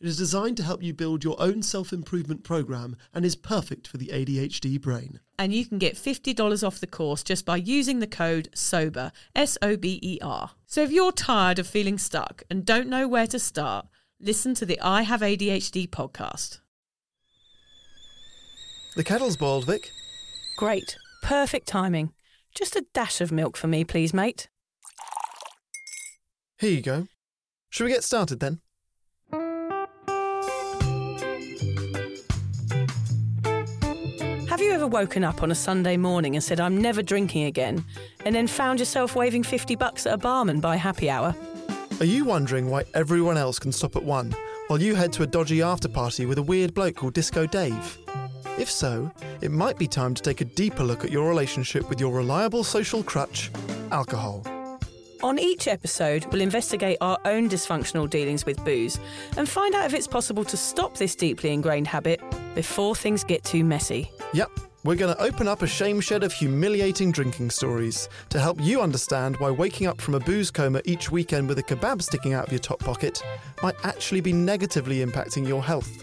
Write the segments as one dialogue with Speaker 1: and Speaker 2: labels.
Speaker 1: It is designed to help you build your own self improvement program and is perfect for the ADHD brain.
Speaker 2: And you can get $50 off the course just by using the code SOBER, S O B E R. So if you're tired of feeling stuck and don't know where to start, listen to the I Have ADHD podcast.
Speaker 3: The kettle's boiled, Vic.
Speaker 4: Great. Perfect timing. Just a dash of milk for me, please, mate.
Speaker 3: Here you go. Shall we get started then?
Speaker 4: Have you ever woken up on a Sunday morning and said, I'm never drinking again, and then found yourself waving 50 bucks at a barman by happy hour?
Speaker 3: Are you wondering why everyone else can stop at one while you head to a dodgy after party with a weird bloke called Disco Dave? If so, it might be time to take a deeper look at your relationship with your reliable social crutch, alcohol.
Speaker 4: On each episode, we'll investigate our own dysfunctional dealings with booze and find out if it's possible to stop this deeply ingrained habit before things get too messy.
Speaker 3: Yep, we're going to open up a shame shed of humiliating drinking stories to help you understand why waking up from a booze coma each weekend with a kebab sticking out of your top pocket might actually be negatively impacting your health.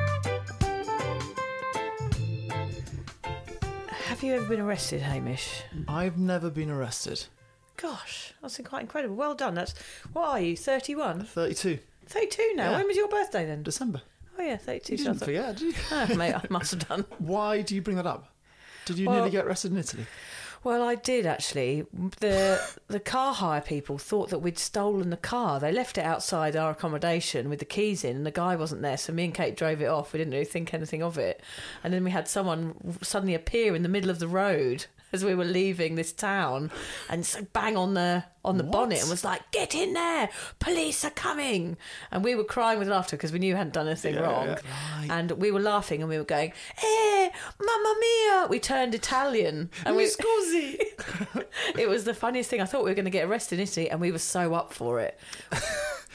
Speaker 4: Have you ever been arrested, Hamish?
Speaker 3: I've never been arrested.
Speaker 2: Gosh, that's quite incredible. Well done. That's what are you? Thirty-one?
Speaker 3: 32.
Speaker 2: Thirty-two now.
Speaker 3: Yeah.
Speaker 2: When was your birthday then?
Speaker 3: December.
Speaker 2: Oh yeah, thirty-two.
Speaker 3: You
Speaker 2: so I
Speaker 3: didn't
Speaker 2: thought-
Speaker 3: forget, did you?
Speaker 2: Ah, mate, I must have done.
Speaker 3: Why do you bring that up? Did you
Speaker 2: Well-
Speaker 3: nearly get arrested in Italy?
Speaker 2: Well, I did actually. The the car hire people thought that we'd stolen the car. They left it outside our accommodation with the keys in, and the guy wasn't there. So me and Kate drove it off. We didn't really think anything of it. And then we had someone suddenly appear in the middle of the road as we were leaving this town, and so bang on the on the bonnet and was like, "Get in there! Police are coming!" And we were crying with laughter because we knew we hadn't done anything wrong. And we were laughing and we were going, "Eh, mamma mia!" We turned Italian and we it was the funniest thing. I thought we were going to get arrested in Italy, and we were so up for it.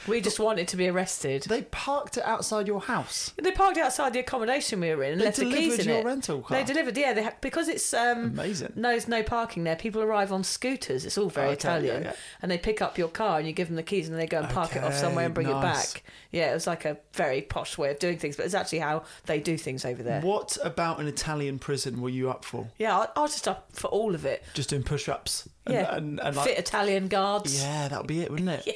Speaker 2: we just wanted to be arrested.
Speaker 5: They parked it outside your house.
Speaker 2: They parked outside the accommodation we were in and
Speaker 5: They
Speaker 2: left the keys
Speaker 5: delivered
Speaker 2: in
Speaker 5: your
Speaker 2: it.
Speaker 5: rental car?
Speaker 2: They delivered, yeah. They ha- because it's um,
Speaker 5: Amazing.
Speaker 2: No, there's no parking there. People arrive on scooters. It's all very
Speaker 5: Okay,
Speaker 2: Italian,
Speaker 5: yeah, yeah.
Speaker 2: and they pick up your car and you give them the keys and they go and park it off somewhere and bring
Speaker 5: Okay,
Speaker 2: it
Speaker 5: nice.
Speaker 2: back. Yeah, it was like a very posh way of doing things, but it's actually how they do things over there.
Speaker 5: What about an Italian prison were you up for?
Speaker 2: Yeah, I, I was just up for all of it.
Speaker 5: Just doing push ups.
Speaker 2: Yeah,
Speaker 5: And, and, and
Speaker 2: fit
Speaker 5: like,
Speaker 2: Italian guards.
Speaker 5: yeah, that would be it, wouldn't it?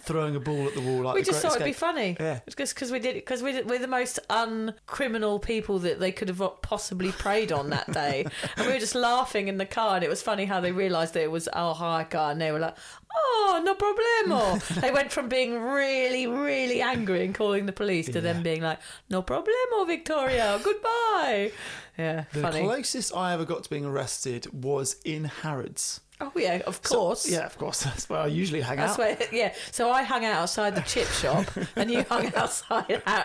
Speaker 1: throwing a ball at the wall like
Speaker 2: we
Speaker 1: the
Speaker 2: just
Speaker 1: Great
Speaker 2: thought it'd be
Speaker 1: Escape.
Speaker 2: funny.
Speaker 1: Yeah.
Speaker 2: It's just because we did it because we did- we're the most uncriminal people that they could have possibly preyed on that day, and we were just laughing in the car, and it was funny how they realised that it was our hire car, and they were like, "Oh, no problemo." they went from being really, really angry and calling the police to then being like, "No problemo, Victoria. Goodbye." Yeah,
Speaker 1: The
Speaker 2: funny.
Speaker 1: closest I ever got to being arrested was in Harrods.
Speaker 2: oh yeah, of
Speaker 1: So-
Speaker 2: course.
Speaker 1: yeah, of course. That's where I usually hang out.
Speaker 2: That's where, yeah. So I hung out outside the chip shop, and you hung outside Har-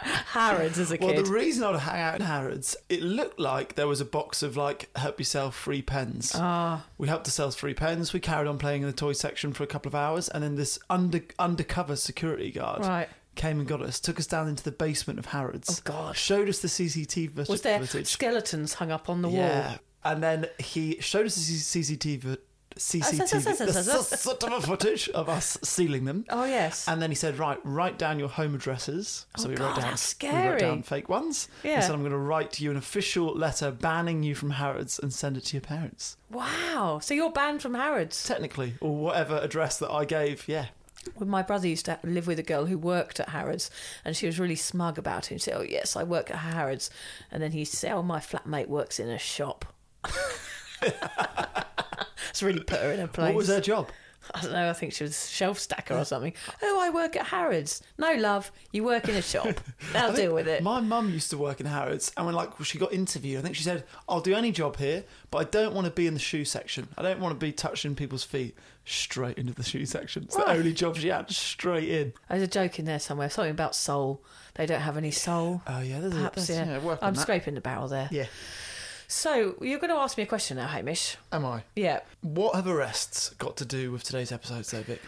Speaker 2: Harrods as a kid.
Speaker 1: well, the reason I'd hang out in Harrods, it looked like there was a box of like help yourself free pens. Ah. We helped ourselves free pens. We carried on playing in the toy section for a couple of hours, and then this under undercover security guard
Speaker 2: Right.
Speaker 1: came and got us, took us down into the basement of Harrods.
Speaker 2: Oh, God.
Speaker 1: Showed us the CCTV footage.
Speaker 2: Was there
Speaker 1: footage.
Speaker 2: skeletons hung up on the
Speaker 1: Yeah.
Speaker 2: wall?
Speaker 1: And then he showed us the CCTV,
Speaker 2: Ah,
Speaker 1: CCTV the sort of footage of us stealing them.
Speaker 2: Oh, yes.
Speaker 1: And then he said, right, write down your home addresses. So
Speaker 2: Oh,
Speaker 1: we
Speaker 2: God,
Speaker 1: wrote down,
Speaker 2: that's
Speaker 1: we wrote
Speaker 2: scary.
Speaker 1: down fake ones.
Speaker 2: Yeah.
Speaker 1: He said, I'm going to write you an official letter banning you from Harrods and send it to your parents.
Speaker 2: Wow. So you're banned from Harrods.
Speaker 1: Technically, or whatever address that I gave. Yeah.
Speaker 2: Well, my brother used to live with a girl who worked at Harrods, and she was really smug about it. And said, "Oh yes, I work at Harrods," and then he used to say, "Oh, my flatmate works in a shop." it's really put her in a place.
Speaker 1: What was their job?
Speaker 2: I don't know. I think she was shelf stacker or something. Oh, I work at Harrods. No, love, you work in a shop. I'll
Speaker 1: I think
Speaker 2: deal with it.
Speaker 1: My mum used to work in Harrods, and when like she got interviewed, I think she said, "I'll do any job here, but I don't want to be in the shoe section. I don't want to be touching people's feet." Straight into the shoe section. It's the
Speaker 2: Right.
Speaker 1: only job she had. Straight in.
Speaker 2: There's a joke in there somewhere. Something about soul. They don't have any soul.
Speaker 1: Oh yeah, there's
Speaker 2: Perhaps
Speaker 1: a, there's,
Speaker 2: yeah.
Speaker 1: work on
Speaker 2: I'm
Speaker 1: that.
Speaker 2: scraping the barrel there.
Speaker 1: Yeah,
Speaker 2: So you're going to ask me a question now, Hamish.
Speaker 1: am I?
Speaker 2: Yeah.
Speaker 1: What have arrests got to do with today's episode, though, Vic?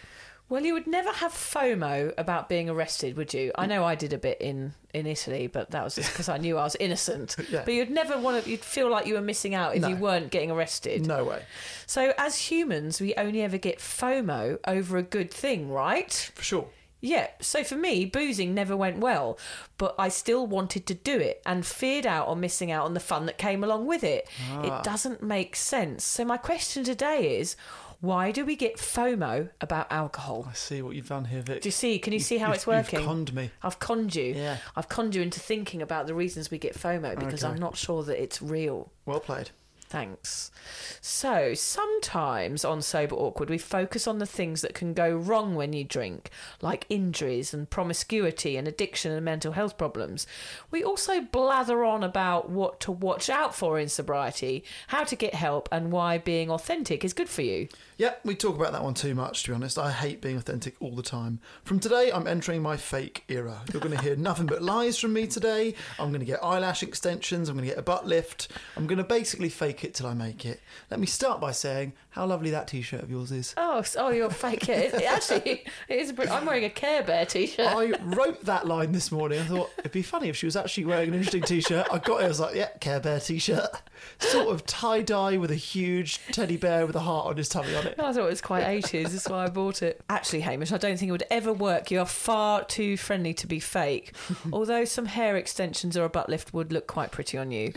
Speaker 2: Well, you would never have FOMO about being arrested, would you? I know I did a bit in, in Italy, but that was just because I knew I was innocent.
Speaker 1: Yeah.
Speaker 2: But you'd never want to. You'd feel like you were missing out if
Speaker 1: No.
Speaker 2: you weren't getting arrested.
Speaker 1: No way,
Speaker 2: So as humans, we only ever get FOMO over a good thing, right?
Speaker 1: for sure.
Speaker 2: Yeah, so for me, boozing never went well, but I still wanted to do it and feared out on missing out on the fun that came along with it.
Speaker 1: Ah.
Speaker 2: It doesn't make sense. So, my question today is why do we get FOMO about alcohol?
Speaker 1: I see what you've done here, Vic.
Speaker 2: Do you see? Can you see how
Speaker 1: you've-
Speaker 2: it's working?
Speaker 1: You've conned me.
Speaker 2: I've conned you.
Speaker 1: Yeah.
Speaker 2: I've conned you into thinking about the reasons we get FOMO because
Speaker 1: Okay.
Speaker 2: I'm not sure that it's real.
Speaker 1: Well played.
Speaker 2: Thanks. So sometimes on Sober Awkward, we focus on the things that can go wrong when you drink, like injuries and promiscuity and addiction and mental health problems. We also blather on about what to watch out for in sobriety, how to get help, and why being authentic is good for you.
Speaker 1: Yeah, we talk about that one too much, to be honest. I hate being authentic all the time. From today, I'm entering my fake era. You're going to hear nothing but lies from me today. I'm going to get eyelash extensions. I'm going to get a butt lift. I'm going to basically fake it till I make it. Let me start by saying how lovely that t shirt of yours is.
Speaker 2: Oh, s- oh, you're fake. It, it actually, it is. Br- I'm wearing a Care Bear t-shirt.
Speaker 1: I wrote that line this morning. I thought it'd be funny if she was actually wearing an interesting t shirt. I got it. I was like, yeah, Care Bear t shirt. Sort of tie dye with a huge teddy bear with a heart on his tummy on it.
Speaker 2: I thought it was quite 80s. That's why I bought it. Actually, Hamish, I don't think it would ever work. You are far too friendly to be fake. Although some hair extensions or a butt lift would look quite pretty on you.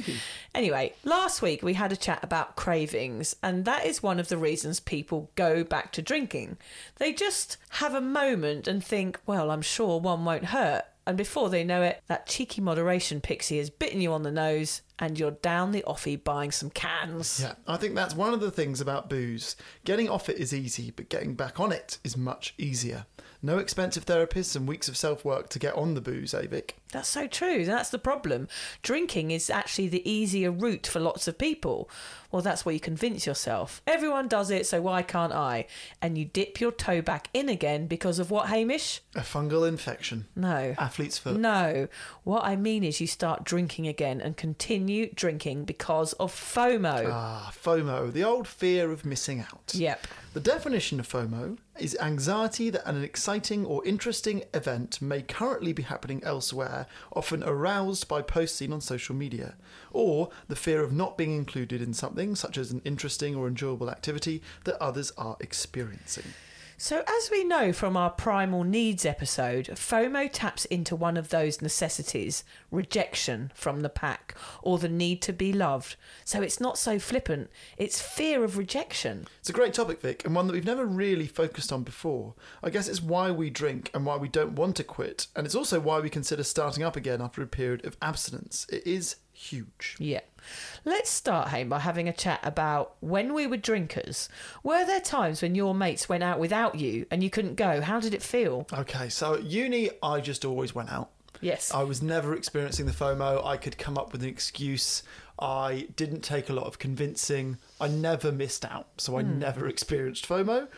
Speaker 2: anyway, last week we had a chat about cravings, and that is one of the reasons people go back to drinking. They just have a moment and think, well, I'm sure one won't hurt. And before they know it, that cheeky moderation pixie has bitten you on the nose, and you're down the offie buying some cans.
Speaker 1: Yeah, I think that's one of the things about booze. Getting off it is easy, but getting back on it is much easier. No expensive therapists and weeks of self work to get on the booze, Avic.
Speaker 2: That's so true. That's the problem. Drinking is actually the easier route for lots of people. Well, that's what you convince yourself. Everyone does it, so why can't I? And you dip your toe back in again because of what, Hamish?
Speaker 1: A fungal infection.
Speaker 2: No.
Speaker 1: Athlete's foot.
Speaker 2: Mm. No. What I mean is you start drinking again and continue drinking because of FOMO.
Speaker 1: Ah, FOMO, the old fear of missing out.
Speaker 2: Yep.
Speaker 1: The definition of FOMO is anxiety that an exciting or interesting event may currently be happening elsewhere, often aroused by posts seen on social media, or the fear of not being included in something, such as an interesting or enjoyable activity, that others are experiencing.
Speaker 2: So, as we know from our primal needs episode, FOMO taps into one of those necessities rejection from the pack or the need to be loved. So, it's not so flippant, it's fear of rejection.
Speaker 1: It's a great topic, Vic, and one that we've never really focused on before. I guess it's why we drink and why we don't want to quit, and it's also why we consider starting up again after a period of abstinence. It is huge.
Speaker 2: Yeah. Let's start, Hayne, by having a chat about when we were drinkers. Were there times when your mates went out without you and you couldn't go? How did it feel?
Speaker 1: Okay, so at uni, I just always went out.
Speaker 2: Yes.
Speaker 1: I was never experiencing the FOMO. I could come up with an excuse. I didn't take a lot of convincing. I never missed out, so I never experienced FOMO.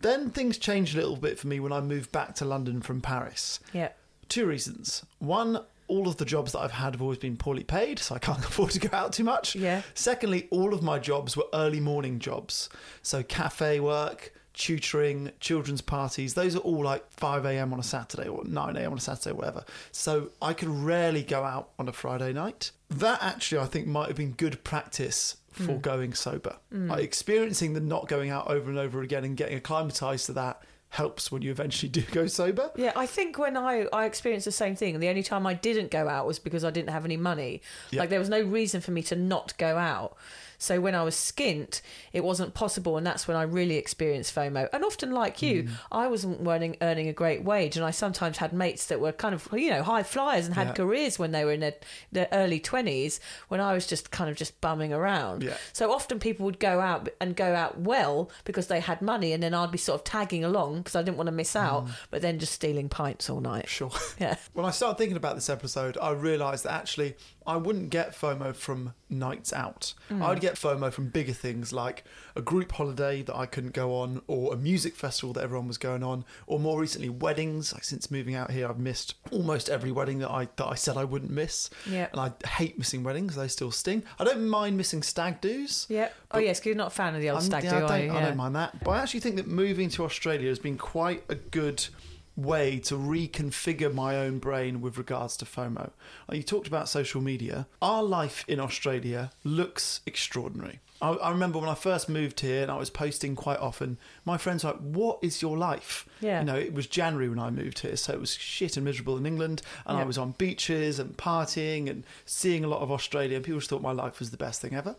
Speaker 1: Then things changed a little bit for me when I moved back to London from Paris.
Speaker 2: Yeah.
Speaker 1: Two reasons. One, all of the jobs that I've had have always been poorly paid, so I can't afford to go out too much.
Speaker 2: Yeah.
Speaker 1: Secondly, all of my jobs were early morning jobs. So cafe work, tutoring, children's parties, those are all like 5 a.m. on a Saturday or 9 a.m. on a Saturday, whatever. So I could rarely go out on a Friday night. That actually, I think, might have been good practice for
Speaker 2: Mm.
Speaker 1: going sober. Like experiencing the not going out over and over again and getting acclimatized to that helps when you eventually do go sober.
Speaker 2: Yeah, I think when I I experienced the same thing. The only time I didn't go out was because I didn't have any money.
Speaker 1: Yeah.
Speaker 2: Like there was no reason for me to not go out. So when I was skint, it wasn't possible, and that's when I really experienced FOMO. And often, like you,
Speaker 1: Mm.
Speaker 2: I wasn't earning earning a great wage, and I sometimes had mates that were kind of you know high flyers and had
Speaker 1: Yeah.
Speaker 2: careers when they were in their, their early twenties. When I was just kind of just bumming around.
Speaker 1: Yeah.
Speaker 2: So often people would go out and go out well because they had money, and then I'd be sort of tagging along because I didn't want to miss out, but then just stealing pints all night.
Speaker 1: Mm. Sure.
Speaker 2: Yeah.
Speaker 1: When I started thinking about this episode, I realised that actually I wouldn't get FOMO from nights out. I would get FOMO from bigger things like a group holiday that I couldn't go on, or a music festival that everyone was going on, or more recently weddings. Like since moving out here, I've missed almost every wedding that I that I said I wouldn't miss.
Speaker 2: Yeah.
Speaker 1: And I hate missing weddings; they still sting. I don't mind missing stag do's.
Speaker 2: Yep. Oh yes, 'cause you're not a fan of the old
Speaker 1: I'm-
Speaker 2: stag do,
Speaker 1: yeah, I
Speaker 2: are
Speaker 1: don't,
Speaker 2: you?
Speaker 1: I
Speaker 2: Yeah.
Speaker 1: don't mind that. But I actually think that moving to Australia has been quite a good way to reconfigure my own brain with regards to FOMO. Uh, You talked about social media. Our life in Australia looks extraordinary. I, I remember when I first moved here and I was posting quite often, my friends were like, What is your life?
Speaker 2: Yeah.
Speaker 1: You know, it was January when I moved here, so it was shit and miserable in England. And I
Speaker 2: Yeah.
Speaker 1: was on beaches and partying and seeing a lot of Australia. And people just thought my life was the best thing ever.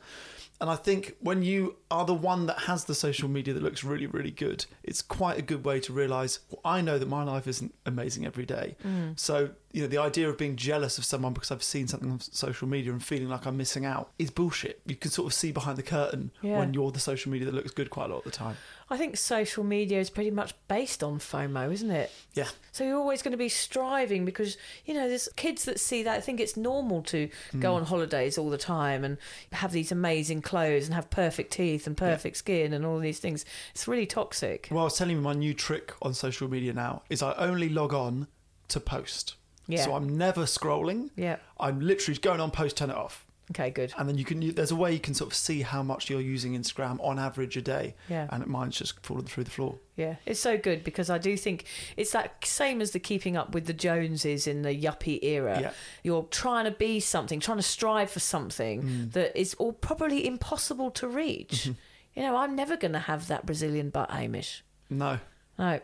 Speaker 1: And I think when you are the one that has the social media that looks really, really good, it's quite a good way to realize well, I know that my life isn't amazing every day.
Speaker 2: Mm.
Speaker 1: So, you know, the idea of being jealous of someone because I've seen something on s- social media and feeling like I'm missing out is bullshit. You can sort of see behind the curtain
Speaker 2: Yeah.
Speaker 1: when you're the social media that looks good quite a lot of the time.
Speaker 2: I think social media is pretty much based on FOMO, isn't it?
Speaker 1: Yeah.
Speaker 2: So you're always going to be striving because you know there's kids that see that think it's normal to
Speaker 1: Mm.
Speaker 2: go on holidays all the time and have these amazing clothes and have perfect teeth and perfect skin and all these things. It's really toxic.
Speaker 1: Well, I was telling you my new trick on social media now is I only log on to post.
Speaker 2: Yeah.
Speaker 1: So I'm never scrolling.
Speaker 2: Yeah.
Speaker 1: I'm literally going on post, turn it off.
Speaker 2: Okay, good.
Speaker 1: And then you can, there's a way you can sort of see how much you're using Instagram on average a day.
Speaker 2: Yeah.
Speaker 1: And mine's just fallen through the floor.
Speaker 2: Yeah, it's so good because I do think it's that same as the keeping up with the Joneses in the yuppie era.
Speaker 1: Yeah.
Speaker 2: You're trying to be something, trying to strive for something
Speaker 1: Mm.
Speaker 2: that is all probably impossible to reach.
Speaker 1: Mm-hmm.
Speaker 2: You know, I'm never going to have that Brazilian butt, Hamish.
Speaker 1: No.
Speaker 2: No,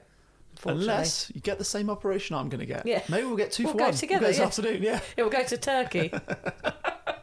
Speaker 2: unfortunately.
Speaker 1: Unless you get the same operation I'm going to get.
Speaker 2: Yeah.
Speaker 1: Maybe we'll get 2
Speaker 2: We'll
Speaker 1: for
Speaker 2: go
Speaker 1: one.
Speaker 2: together,
Speaker 1: We'll go this
Speaker 2: yeah.
Speaker 1: afternoon. Yeah.
Speaker 2: it will go to Turkey. Uh.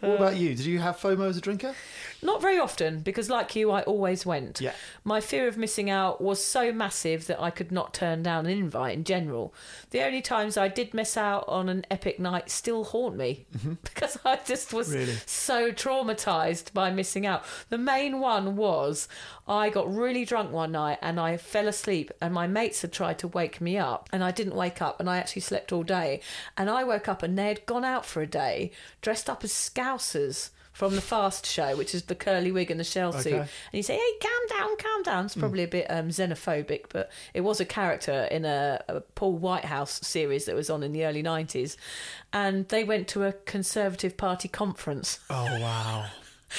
Speaker 1: what about you? Did you have FOMO as a drinker?
Speaker 2: Not very often, because like you, I always went.
Speaker 1: Yeah.
Speaker 2: My fear of missing out was so massive that I could not turn down an invite in general. The only times I did miss out on an epic night still haunt me because I just was
Speaker 1: Really?
Speaker 2: so traumatized by missing out. The main one was I got really drunk one night and I fell asleep, and my mates had tried to wake me up, and I didn't wake up, and I actually slept all day. And I woke up, and they had gone out for a day dressed up as scousers. From the fast show, which is the curly wig and the shell suit,
Speaker 1: Okay. Hmm.
Speaker 2: and you say, "Hey, calm down, calm down." It's probably a bit um, xenophobic, but it was a character in a, a Paul Whitehouse series that was on in the early '90s, and they went to a Conservative Party conference
Speaker 1: Oh, wow. Ah,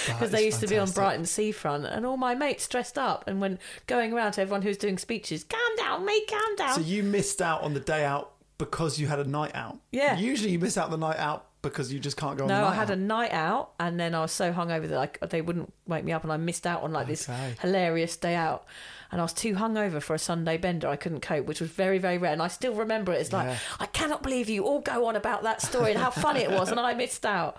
Speaker 2: because they used to be on Brighton seafront, and all my mates dressed up and went going around to everyone who was doing speeches. Calm down, mate, calm down.
Speaker 1: So you missed out on the day out because you had a night out.
Speaker 2: Yeah.
Speaker 1: Usually you miss out on the night out because you just can't go on the
Speaker 2: no,
Speaker 1: night
Speaker 2: I had
Speaker 1: out.
Speaker 2: a night out, and then I was so hungover that I, they wouldn't wake me up, and I missed out on like this
Speaker 1: Okay.
Speaker 2: hilarious day out. and I was too hungover for a Sunday bender. I couldn't cope, which was very, very rare. And I still remember it. It's like, I cannot believe you all go on about that story and how funny it was, and I missed out.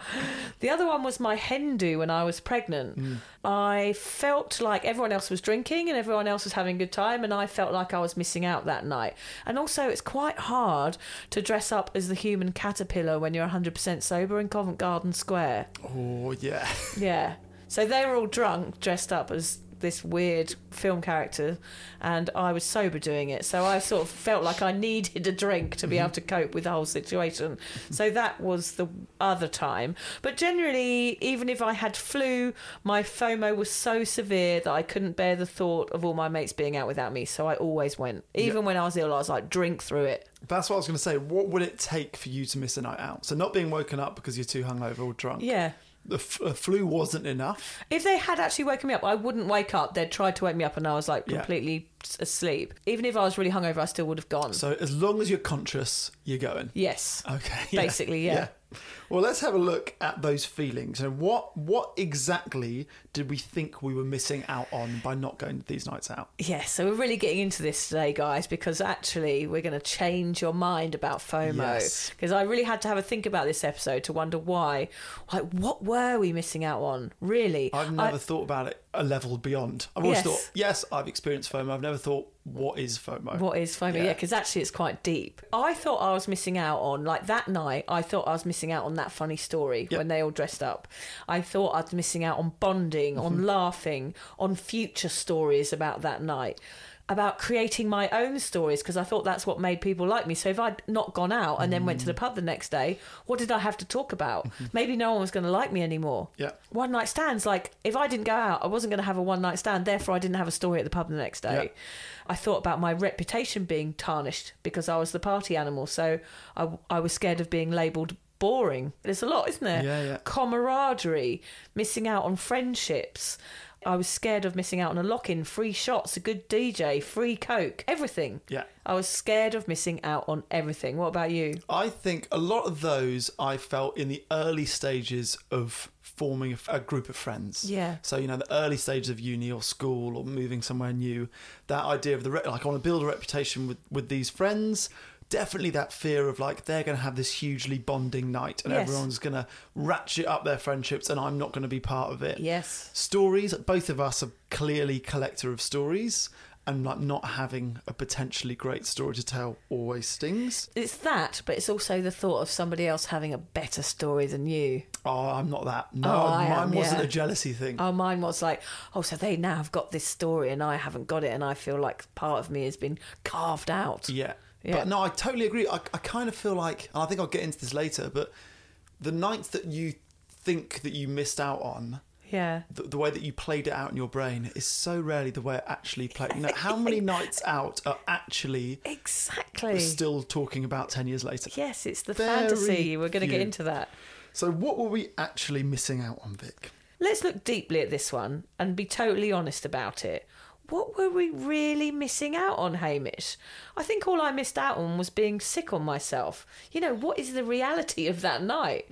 Speaker 2: The other one was my hen do when I was pregnant. I felt like everyone else was drinking and everyone else was having a good time, and I felt like I was missing out that night. And also, it's quite hard to dress up as the human caterpillar when you're 100% sober in Covent Garden Square.
Speaker 1: Oh yeah.
Speaker 2: Yeah. So they were all drunk, dressed up as this weird film character, and I was sober doing it. So I sort of felt like I needed a drink to be able to cope with the whole situation. So that was the other time. But generally, even if I had flu, my FOMO was so severe that I couldn't bear the thought of all my mates being out without me. So I always went. Even when I was ill, I was like, drink through it.
Speaker 1: That's what I was going to say. What would it take for you to miss a night out? So not being woken up because you're too hungover or drunk.
Speaker 2: Yeah.
Speaker 1: The f- uh, flu wasn't enough.
Speaker 2: If they had actually woken me up, I wouldn't wake up. They'd tried to wake me up, and I was like
Speaker 1: Yeah.
Speaker 2: completely s asleep. Even if I was really hungover, I still would have gone.
Speaker 1: So Oh. as long as you're conscious, you're going.
Speaker 2: yes.
Speaker 1: Okay. yeah,
Speaker 2: Basically, yeah.
Speaker 1: Well, let's have a look at those feelings and what what exactly did we think we were missing out on by not going to these nights out?
Speaker 2: Yes, so we're really getting into this today, guys, because actually we're going to change your mind about FOMO.
Speaker 1: Yes.
Speaker 2: Because I really had to have a think about this episode to wonder why. Like, what were we missing out on, really?
Speaker 1: I've
Speaker 2: I-
Speaker 1: never thought about it a level beyond. I've always
Speaker 2: Yes.
Speaker 1: thought, yes, I've experienced FOMO. I've never thought, what is FOMO?
Speaker 2: What is FOMO? Yeah, because actually it's quite deep. I thought I was missing out on, like that night, I thought I was missing out on that funny story when they all dressed up. I thought I was missing out on bonding, on laughing, on future stories about that night. About creating my own stories because I thought that's what made people like me. So if I'd not gone out and then went to the pub the next day, what did I have to talk about? Maybe no one was going to like me anymore.
Speaker 1: Yeah.
Speaker 2: One night stands, like if I didn't go out, I wasn't going to have a one night stand. Therefore, I didn't have a story at the pub the next day.
Speaker 1: Yeah.
Speaker 2: I thought about my reputation being tarnished because I was the party animal. So I, I was scared of being labelled boring. There's a lot, isn't there?
Speaker 1: Yeah, yeah.
Speaker 2: Camaraderie, missing out on friendships. I was scared of missing out on a lock in, free shots, a good DJ, free Coke, everything.
Speaker 1: Yeah.
Speaker 2: I was scared of missing out on everything. What about you?
Speaker 1: I think a lot of those I felt in the early stages of forming a, a group of friends.
Speaker 2: Yeah.
Speaker 1: So you know the early stages of uni or school or moving somewhere new, that idea of the re- like I want to build a reputation with with these friends. Definitely that fear of like they're going to have this hugely bonding night and
Speaker 2: Yes.
Speaker 1: everyone's going to ratchet up their friendships and I'm not going to be part of it.
Speaker 2: Yes.
Speaker 1: Stories. Both of us are clearly collector of stories. And like not having a potentially great story to tell always stings.
Speaker 2: It's that, but it's also the thought of somebody else having a better story than you.
Speaker 1: Oh, I'm not that. No,
Speaker 2: Oh, I
Speaker 1: mine
Speaker 2: am,
Speaker 1: wasn't
Speaker 2: yeah.
Speaker 1: a jealousy thing.
Speaker 2: Oh, mine was like, oh, so they now have got this story and I haven't got it, and I feel like part of me has been carved out.
Speaker 1: yeah.
Speaker 2: Yeah.
Speaker 1: But no, I totally agree. I, I kind of feel like, and I think I'll get into this later, but the nights that you think that you missed out on,
Speaker 2: Yeah.
Speaker 1: the, the way that you played it out in your brain is so rarely the way it actually played. You know, how many nights out are actually
Speaker 2: Exactly.
Speaker 1: still talking about 10 years later?
Speaker 2: yes, it's the
Speaker 1: Very
Speaker 2: fantasy. We're going to get
Speaker 1: few.
Speaker 2: into that.
Speaker 1: So, what were we actually missing out on, Vic?
Speaker 2: Let's look deeply at this one and be totally honest about it. What were we really missing out on, Hamish? I think all I missed out on was being sick on myself. You know, what is the reality of that night?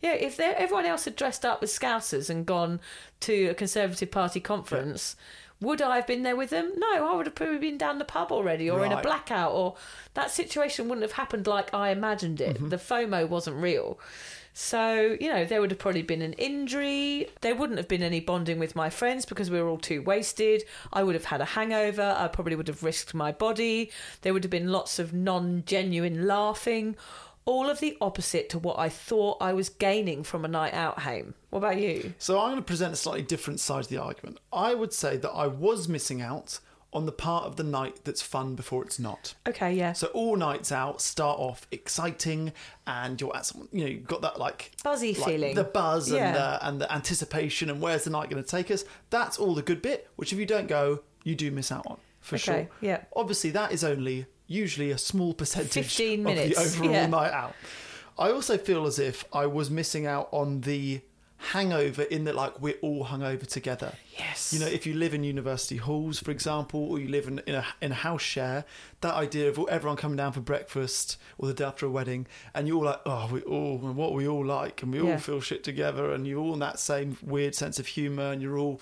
Speaker 2: Yeah, if they- everyone else had dressed up as scousers and gone to a Conservative Party conference, would I have been there with them? No, I would have probably been down the pub already or in a
Speaker 1: Right.
Speaker 2: blackout, or that situation wouldn't have happened like I imagined it. The FOMO wasn't real. So, you know, there would have probably been an injury. There wouldn't have been any bonding with my friends because we were all too wasted. I would have had a hangover. I probably would have risked my body. There would have been lots of non genuine laughing. All of the opposite to what I thought I was gaining from a night out home. What about you?
Speaker 1: So I'm going to present a slightly different side of the argument. I would say that I was missing out on the part of the night that's fun before it's not.
Speaker 2: Okay, yeah.
Speaker 1: So all nights out start off exciting, and you're at someone. You know, you've got that like
Speaker 2: Buzzy
Speaker 1: like
Speaker 2: feeling.
Speaker 1: the buzz
Speaker 2: Yeah.
Speaker 1: and the and the anticipation, and where's the night going to take us? That's all the good bit. Which if you don't go, you do miss out on for
Speaker 2: Okay,
Speaker 1: sure.
Speaker 2: yeah.
Speaker 1: Obviously, that is only usually a small percentage
Speaker 2: 15 minutes,
Speaker 1: of the overall
Speaker 2: yeah.
Speaker 1: night out. I also feel as if I was missing out on the hangover in that like we're all hungover together.
Speaker 2: Yes.
Speaker 1: You know, if you live in university halls, for example, or you live in, in, a, in a house share, that idea of everyone coming down for breakfast or the day after a wedding, and you're all like, oh, we all, what are we all like, and we
Speaker 2: Yeah.
Speaker 1: all feel shit together, and you're all in that same weird sense of humour, and you're all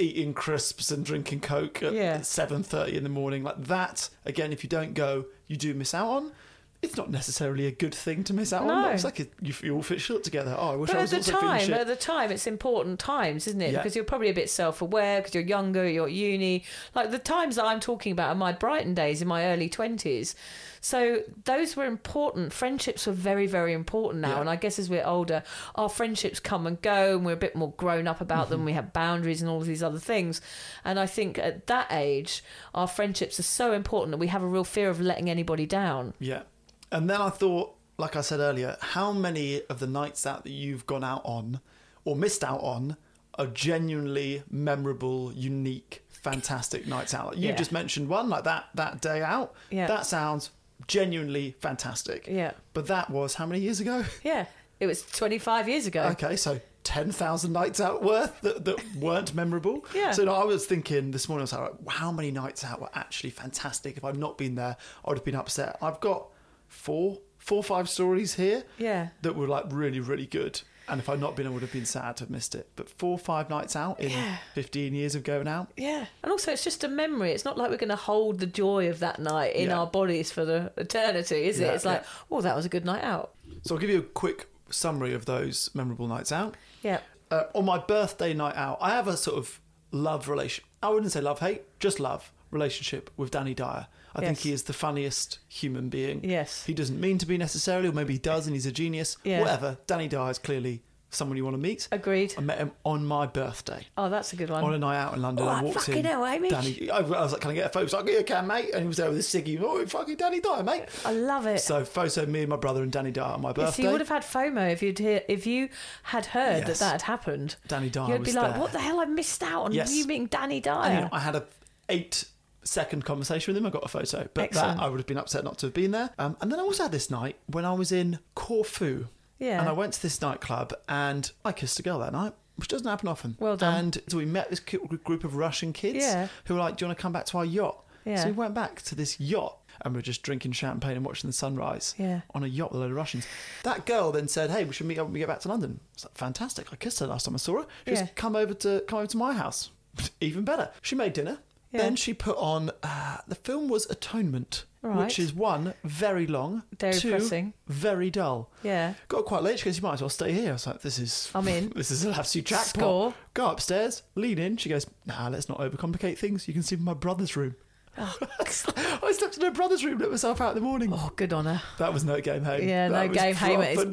Speaker 1: eating crisps and drinking coke at
Speaker 6: Yeah.
Speaker 1: seven thirty in the morning, like that. Again, if you don't go, you do miss out on. It's not necessarily a good thing to miss out
Speaker 2: No.
Speaker 1: on. It's like a, you, you all feel shit together. Oh, I wish
Speaker 2: But
Speaker 1: I
Speaker 2: at
Speaker 1: was
Speaker 2: the
Speaker 1: also feeling
Speaker 2: time,
Speaker 1: shit.
Speaker 2: at the time, it's important times, isn't it?
Speaker 1: Yeah.
Speaker 2: Because you're probably a bit self-aware because you're younger, you're at uni. Like the times that I'm talking about are my Brighton days in my early twenties. So those were important. Friendships were very, very important now.
Speaker 1: Yeah.
Speaker 2: And I guess as we're older, our friendships come and go, and we're a bit more grown up about
Speaker 1: Mm-hmm.
Speaker 2: them. We have boundaries and all of these other things. And I think at that age, our friendships are so important that we have a real fear of letting anybody down.
Speaker 1: Yeah. And then I thought, like I said earlier, how many of the nights out that you've gone out on or missed out on are genuinely memorable, unique, fantastic nights out? You
Speaker 2: Yeah.
Speaker 1: just mentioned one, like that that day out.
Speaker 2: Yeah.
Speaker 1: That sounds genuinely fantastic.
Speaker 2: Yeah.
Speaker 1: But that was how many years ago?
Speaker 2: Yeah, it was 25 years ago.
Speaker 1: Okay, so 10,000 nights out worth that, that weren't memorable.
Speaker 2: Yeah.
Speaker 1: So no, I was thinking this morning, I was like, "Wow, how many nights out were actually fantastic? If I'd not been there, I'd have been upset. I've got four, four or five stories here
Speaker 2: Yeah.
Speaker 1: that were like really, really good. And if I'd not been, I would have been sad to have missed it. But four or five nights out in 15 years of going out,
Speaker 2: Yeah, and also it's just a memory. It's not like we're going to hold the joy of that night in
Speaker 1: Yeah.
Speaker 2: our bodies for the eternity, is
Speaker 1: Yeah,
Speaker 2: it? It's like, oh, that was a good night out.
Speaker 1: So I'll give you a quick summary of those memorable nights out.
Speaker 2: Yeah.
Speaker 1: Uh, on my birthday night out, I have a sort of love relation. I wouldn't say love hate, just love relationship with Danny Dyer. I think
Speaker 2: Yes.
Speaker 1: he is the funniest human being.
Speaker 2: Yes.
Speaker 1: He doesn't mean to be necessarily, or maybe he does and he's a genius.
Speaker 2: Yeah.
Speaker 1: Whatever. Danny Dyer is clearly someone you want to meet.
Speaker 2: Agreed.
Speaker 1: I met him on my birthday.
Speaker 2: Oh, that's a good one.
Speaker 1: On a night out in London,
Speaker 2: Oh,
Speaker 1: I walked
Speaker 2: fucking
Speaker 1: in.
Speaker 2: hell, Hamish.
Speaker 1: Danny, I was like, "Can I get a photo?" He's like, "Yeah, can, mate." And he was there with his ciggy. Oh, fucking Danny Dyer, mate.
Speaker 2: I love it.
Speaker 1: So photo me and my brother and Danny Dyer on my
Speaker 2: Yes,
Speaker 1: birthday.
Speaker 2: you would have had FOMO if you'd hear, if you had
Speaker 1: Yes.
Speaker 2: heard that that had happened.
Speaker 1: Danny Dyer
Speaker 2: You'd
Speaker 1: was
Speaker 2: be like,
Speaker 1: there.
Speaker 2: what the hell? I missed out on
Speaker 1: Yes.
Speaker 2: you meeting Danny
Speaker 1: And, you
Speaker 2: Dyer.
Speaker 1: know, I had a eight second conversation with him. I got a photo, but
Speaker 2: Excellent.
Speaker 1: that I would have been upset not to have been there. Um, and then I also had this night when I was in Corfu.
Speaker 2: Yeah.
Speaker 1: And I went to this nightclub and I kissed a girl that night, which doesn't happen often.
Speaker 2: Well done.
Speaker 1: And so we met this cute gr- group of Russian kids
Speaker 2: Yeah.
Speaker 1: who were like, "Do you want to come back to our yacht?"
Speaker 2: Yeah.
Speaker 1: So we went back to this yacht and we were just drinking champagne and watching the sunrise
Speaker 2: Yeah.
Speaker 1: on a yacht with a load of Russians. That girl then said, "Hey, we should meet up when we get back to London." It's like, fantastic. I kissed her last time I saw her. She
Speaker 2: Yeah.
Speaker 1: was, "Come over to come over to my house." Even better. She made dinner. Then she put on uh, the film was Atonement,
Speaker 2: Right.
Speaker 1: which is one very long,
Speaker 2: Very
Speaker 1: two
Speaker 2: depressing.
Speaker 1: very dull.
Speaker 2: Yeah.
Speaker 1: Got quite late. She goes, "You might as well stay here." I was like, "This is
Speaker 2: I'm in.
Speaker 1: This is an absolute jackpot."
Speaker 2: Score.
Speaker 1: Go upstairs, lean in. She goes, "Nah, let's not overcomplicate things. You can sleep in my brother's room." I slept in her brother's room, let myself out in the morning.
Speaker 2: oh, good on her.
Speaker 1: That was no game home.
Speaker 2: Yeah,
Speaker 1: That
Speaker 2: no
Speaker 1: was
Speaker 2: game home at its
Speaker 1: proper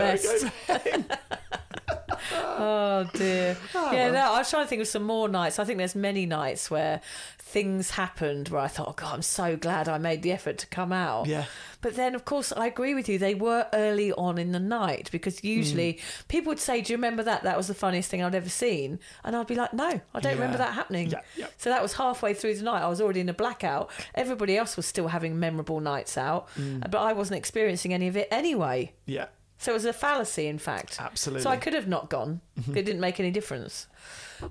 Speaker 2: best. Oh dear. yeah, no, I was trying to think of some more nights. I think there's many nights where things happened where I thought, oh God, I'm so glad I made the effort to come out.
Speaker 1: Yeah.
Speaker 2: But then, of course, I agree with you. They were early on in the night because
Speaker 1: Hmm.
Speaker 2: usually people would say, Do you remember that? That was the funniest thing I'd ever seen. And I'd be like, No, I don't remember
Speaker 1: Yeah.
Speaker 2: that happening.
Speaker 1: Yeah, yeah.
Speaker 2: So that was halfway through the night. I was already in a blackout. Everybody else was still having memorable nights out,
Speaker 1: Hmm.
Speaker 2: but I wasn't experiencing any of it anyway.
Speaker 1: yeah.
Speaker 2: So it was a fallacy, in fact.
Speaker 1: Absolutely.
Speaker 2: So I could have not gone. It didn't make any difference.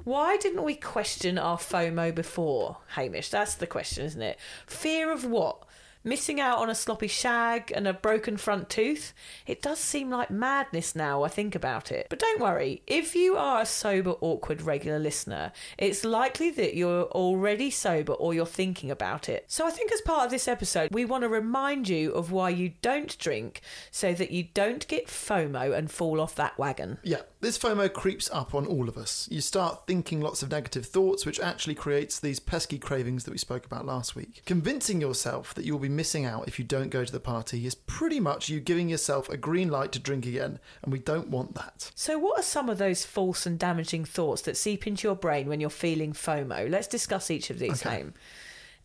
Speaker 2: Why didn't we question our FOMO before, Hamish? That's the question, isn't it? Fear of what? Missing out on a sloppy shag and a broken front tooth? It does seem like madness now, I think about it. But don't worry, if you are a sober, awkward, regular listener, it's likely that you're already sober or you're thinking about it. So I think as part of this episode, we want to remind you of why you don't drink so that you don't get FOMO and fall off that wagon.
Speaker 1: Yeah,
Speaker 7: This FOMO creeps up on all of us. You start thinking lots of negative thoughts, which actually creates these pesky cravings that we spoke about last week. Convincing yourself that you'll be missing out if you don't go to the party is pretty much you giving yourself a green light to drink again, and we don't want that.
Speaker 2: So, what are some of those false and damaging thoughts that seep into your brain when you're feeling FOMO? Let's discuss each of these, Hame.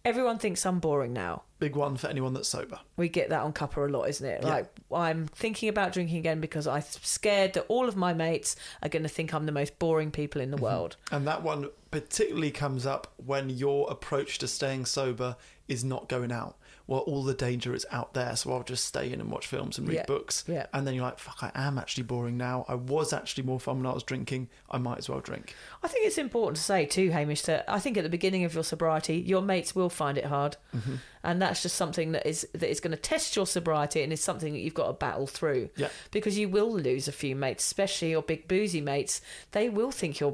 Speaker 2: Everyone thinks I'm boring now.
Speaker 1: big one for anyone that's sober.
Speaker 2: We get that on Cuppa a lot, isn't it? Like, I'm thinking about drinking again because I'm scared that all of my mates are going to think I'm the most boring people in the world.
Speaker 1: And that one particularly comes up when your approach to staying sober is not going out. Well, all the danger is out there, so I'll just stay in and watch films and read
Speaker 2: Yeah,
Speaker 1: books.
Speaker 2: yeah.
Speaker 1: And then you're like, fuck, I am actually boring now. I was actually more fun when I was drinking. I might as well drink.
Speaker 2: I think it's important to say too, Hamish, that I think at the beginning of your sobriety, your mates will find it hard, and that's just something that is that is going to test your sobriety, and it's something that you've got to battle through.
Speaker 1: Yeah.
Speaker 2: because you will lose a few mates, especially your big boozy mates. They will think you're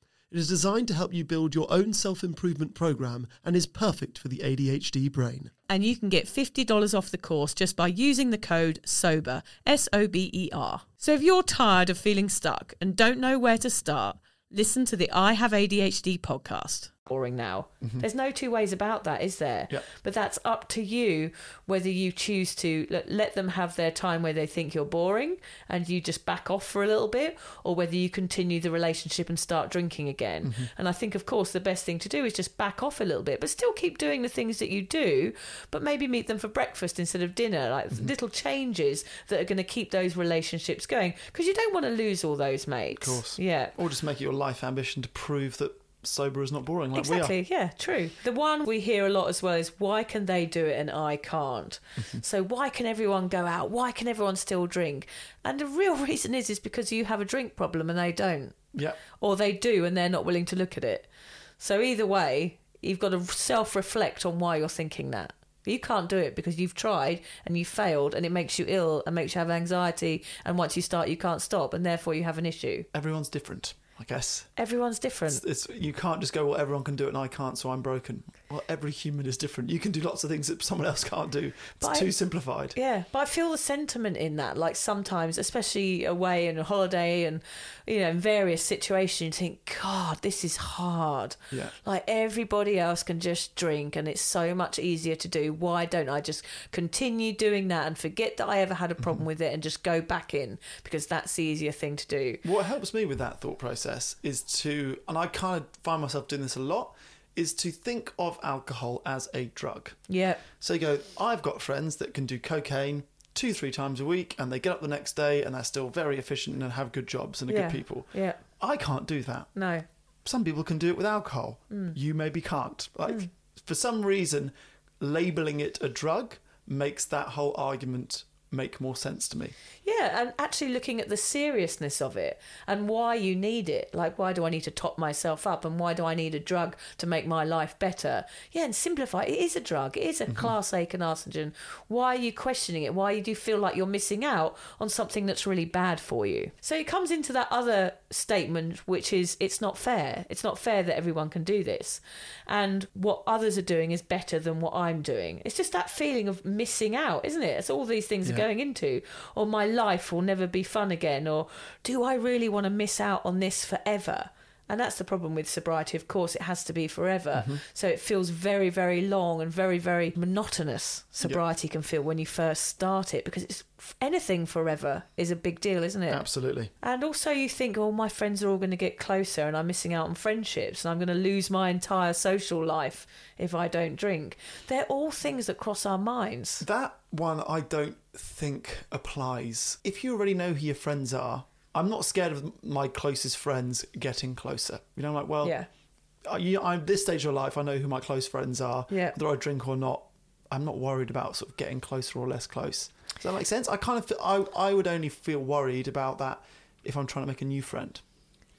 Speaker 1: It is designed to help you build your own self improvement program and is perfect for the ADHD brain.
Speaker 4: And you can get $50 off the course just by using the code SOBER, S O B E R. So if you're tired of feeling stuck and don't know where to start, listen to the I Have ADHD podcast.
Speaker 2: boring now. There's no two ways about that, is there?
Speaker 5: Yeah.
Speaker 2: But that's up to you whether you choose to let, let them have their time where they think you're boring and you just back off for a little bit, or whether you continue the relationship and start drinking again. And I think, of course, the best thing to do is just back off a little bit, but still keep doing the things that you do, but maybe meet them for breakfast instead of dinner, like little changes that are going to keep those relationships going because you don't want to lose all those mates. Of
Speaker 5: course.
Speaker 2: Yeah.
Speaker 5: Or just make it your life ambition to prove that sober is not boring like we are.
Speaker 2: Exactly, yeah, true. The one we hear a lot as well is why can they do it and I can't? so why can everyone go out? Why can everyone still drink? And the real reason is is because you have a drink problem and they don't.
Speaker 5: Yeah.
Speaker 2: Or they do and they're not willing to look at it. So either way, you've got to self reflect on why you're thinking that. You can't do it because you've tried and you failed and it makes you ill and makes you have anxiety and once you start you can't stop and therefore you have an issue.
Speaker 5: Everyone's different, I guess.
Speaker 2: Everyone's different.
Speaker 5: It's, it's you can't just go well everyone can do it and I can't so I'm broken. Well every human is different. You can do lots of things that someone else can't do. It's
Speaker 2: But I-
Speaker 5: too simplified.
Speaker 2: Yeah, but I feel the sentiment in that. Like sometimes, especially away and a holiday, and you know, in various situations, you think, God, this is hard.
Speaker 5: Yeah.
Speaker 2: Like everybody else can just drink, and it's so much easier to do. Why don't I just continue doing that and forget that I ever had a problem with it, and just go back in because that's the easier thing to do.
Speaker 5: What helps me with that thought process is to, and I kind of find myself doing this a lot, is to think of alcohol as a drug.
Speaker 2: Yeah.
Speaker 5: So you go, I've got friends that can do cocaine two, three times a week and they get up the next day and they're still very efficient and have good jobs and are
Speaker 2: yeah.
Speaker 5: good people.
Speaker 2: Yeah.
Speaker 5: I can't do that.
Speaker 2: No.
Speaker 5: Some people can do it with alcohol.
Speaker 2: Mm.
Speaker 5: You maybe can't. Like for some reason, labeling it a drug makes that whole argument make more sense to me.
Speaker 2: Yeah, and actually looking at the seriousness of it and why you need it. Like, why do I need to top myself up and why do I need a drug to make my life better? Yeah, and simplify it is a drug, it is a class A carcinogen. Why are you questioning it? Why do you feel like you're missing out on something that's really bad for you? So it comes into that other statement, which is it's not fair. It's not fair that everyone can do this. And what others are doing is better than what I'm doing. It's just that feeling of missing out, isn't it? It's all these things are going into. Or my life will never be fun again. Or do I really want to miss out on this forever? And that's the problem with sobriety, of course, it has to be forever. So it feels very, very long and very, very monotonous. Sobriety can feel when you first start it because it's anything forever is a big deal, isn't it?
Speaker 5: Absolutely.
Speaker 2: And also, you think, oh, my friends are all going to get closer and I'm missing out on friendships and I'm going to lose my entire social life if I don't drink. They're all things that cross our minds.
Speaker 5: That one I don't think applies. If you already know who your friends are, I'm not scared of my closest friends getting closer. You know, I'm like, well,
Speaker 2: Yeah.
Speaker 5: I, you, I'm this stage of life. I know who my close friends are.
Speaker 2: Yeah.
Speaker 5: Whether I drink or not, I'm not worried about sort of getting closer or less close. Does that make sense? I kind of, feel, I, I would only feel worried about that if I'm trying to make a new friend.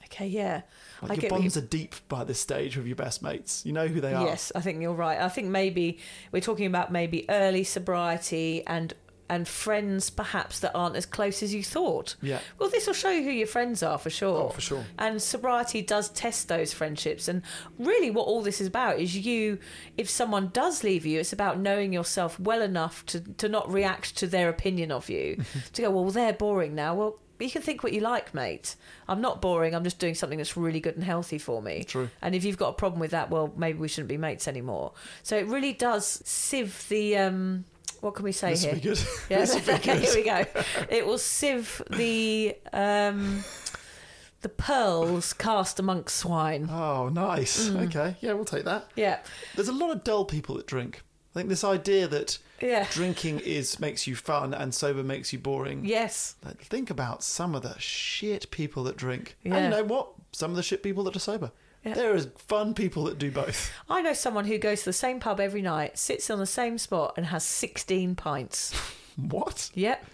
Speaker 2: Okay, yeah.
Speaker 5: Like
Speaker 2: I
Speaker 5: your
Speaker 2: get what you-
Speaker 5: bonds are deep by this stage with your best mates. You know who they are.
Speaker 2: Yes, I think you're right. I think maybe we're talking about maybe early sobriety and and friends perhaps that aren't as close as you thought.
Speaker 5: Yeah.
Speaker 2: Well, this will show you who your friends are for sure.
Speaker 5: Oh, for sure.
Speaker 2: And sobriety does test those friendships. And really, what all this is about is you, if someone does leave you, it's about knowing yourself well enough to, to not react to their opinion of you. to go, well, they're boring now. Well, you can think what you like, mate. I'm not boring. I'm just doing something that's really good and healthy for me.
Speaker 5: True.
Speaker 2: And if you've got a problem with that, well, maybe we shouldn't be mates anymore. So it really does sieve the. Um, what can we say
Speaker 5: This
Speaker 2: here?
Speaker 5: would be good.
Speaker 2: Yeah, okay, here we go. It will sieve the um, the pearls cast amongst swine.
Speaker 5: Oh, nice. Okay. Yeah, we'll take that.
Speaker 2: Mm. Yeah,
Speaker 5: There's a lot of dull people that drink. I think this idea that
Speaker 2: Yeah.
Speaker 5: drinking is makes you fun and sober makes you boring.
Speaker 2: yes,
Speaker 5: Like, think about some of the shit people that drink. And
Speaker 2: Yeah.
Speaker 5: you know what? Some of the shit people that are sober.
Speaker 2: Yeah.
Speaker 5: There is fun people that do both.
Speaker 2: I know someone who goes to the same pub every night, sits on the same spot, and has sixteen pints.
Speaker 5: What?
Speaker 2: Yep,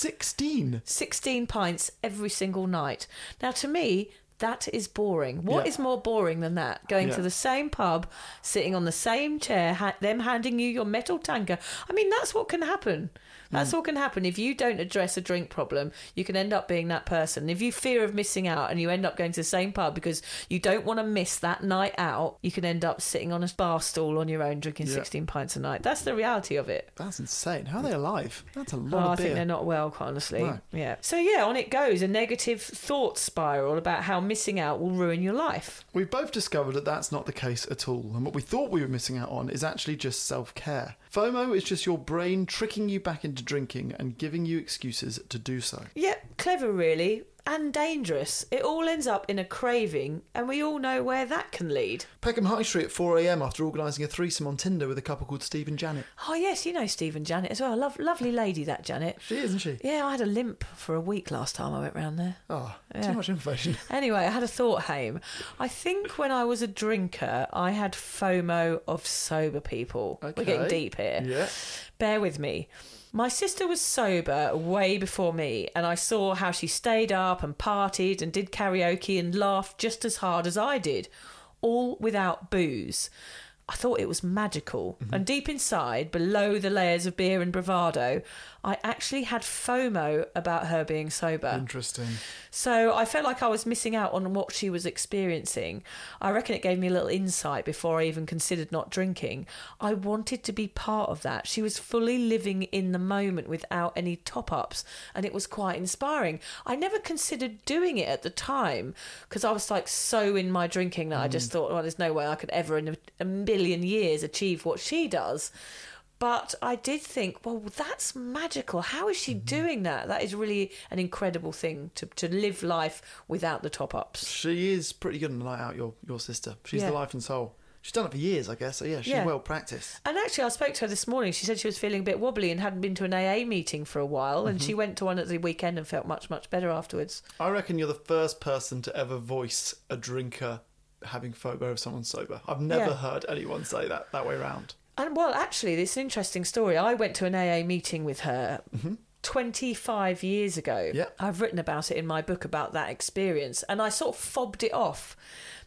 Speaker 5: 16.
Speaker 2: sixteen pints every single night. Now, to me. That is boring. What
Speaker 5: Yeah.
Speaker 2: is more boring than that? Going to
Speaker 5: Yeah.
Speaker 2: the same pub, sitting on the same chair, ha- them handing you your metal tanker. I mean, that's what can happen. That's
Speaker 5: Hmm.
Speaker 2: what can happen. If you don't address a drink problem, you can end up being that person. If you fear of missing out and you end up going to the same pub because you don't want to miss that night out, you can end up sitting on a bar stool on your own drinking
Speaker 5: Yeah.
Speaker 2: 16 pints a night. That's the reality of it.
Speaker 5: That's insane. How are they alive? That's a lot
Speaker 2: Oh, I
Speaker 5: of beer.
Speaker 2: think they're not well, quite honestly.
Speaker 5: No.
Speaker 2: Yeah. So, yeah, on it goes a negative thought spiral about how missing out will ruin your life.
Speaker 5: We've both discovered that that's not the case at all, and what we thought we were missing out on is actually just self care. FOMO is just your brain tricking you back into drinking and giving you excuses to do so.
Speaker 2: Yep, clever really, and dangerous. It all ends up in a craving, and we all know where that can lead.
Speaker 5: Peckham High Street at 4am after organising a threesome on Tinder with a couple called Steve and Janet.
Speaker 2: Oh yes, you know Steve and Janet as well. Love, lovely lady that Janet.
Speaker 5: She is, isn't she?
Speaker 2: Yeah, I had a limp for a week last time I went round there.
Speaker 5: Oh,
Speaker 2: Yeah.
Speaker 5: too much information.
Speaker 2: Anyway, I had a thought, Haim. I think when I was a drinker, I had FOMO of sober people. We're getting
Speaker 5: Okay.
Speaker 2: deep here.
Speaker 5: Yeah.
Speaker 2: Bear with me. My sister was sober way before me, and I saw how she stayed up and partied and did karaoke and laughed just as hard as I did, all without booze. I thought it was magical.
Speaker 5: Mm-hmm.
Speaker 2: And deep inside, below the layers of beer and bravado, I actually had FOMO about her being sober.
Speaker 5: Interesting.
Speaker 2: So I felt like I was missing out on what she was experiencing. I reckon it gave me a little insight before I even considered not drinking. I wanted to be part of that. She was fully living in the moment without any top ups, and it was quite inspiring. I never considered doing it at the time because I was like so in my drinking that I just thought, well, there's no way I could ever in a, a million years achieve what she does. But I did think, well, that's magical. How is she doing that? That is really an incredible thing to, to live life without the top ups.
Speaker 5: She is pretty good on the night out, your, your sister. She's
Speaker 2: Yeah.
Speaker 5: the life and soul. She's done it for years, I guess, so yeah, she's
Speaker 2: Yeah.
Speaker 5: well practiced.
Speaker 2: And actually, I spoke to her this morning. She said she was feeling a bit wobbly and hadn't been to an AA meeting for a while. And she went to one at the weekend and felt much, much better afterwards.
Speaker 5: I reckon you're the first person to ever voice a drinker having phobo of someone sober. I've never
Speaker 2: Yeah.
Speaker 5: heard anyone say that that way round.
Speaker 2: And well, actually, this is an interesting story. I went to an AA meeting with her 25 years ago.
Speaker 5: Yeah.
Speaker 2: I've written about it in my book about that experience, and I sort of fobbed it off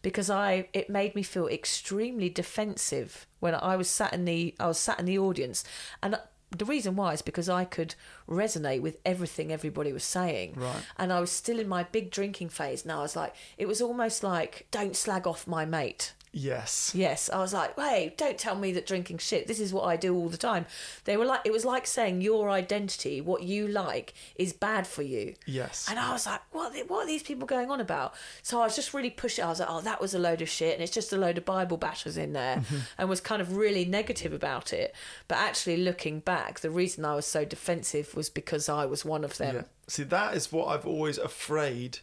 Speaker 2: because I it made me feel extremely defensive when I was sat in the I was sat in the audience, and the reason why is because I could resonate with everything everybody was saying. Right. And I was still in my big drinking phase, and I was like, it was almost like, don't slag off my mate.
Speaker 5: Yes.
Speaker 2: Yes, I was like, hey, don't tell me that drinking shit. This is what I do all the time. They were like, it was like saying your identity, what you like, is bad for you.
Speaker 5: Yes.
Speaker 2: And I was like, what? the- What are these people going on about? So I was just really pushing. I was like, oh, that was a load of shit, and it's just a load of Bible bashers in there,
Speaker 5: Mm-hmm.
Speaker 2: and was kind of really negative about it. But actually, looking back, the reason I was so defensive was because I was one of them.
Speaker 5: Yeah. See, that is what I've always afraid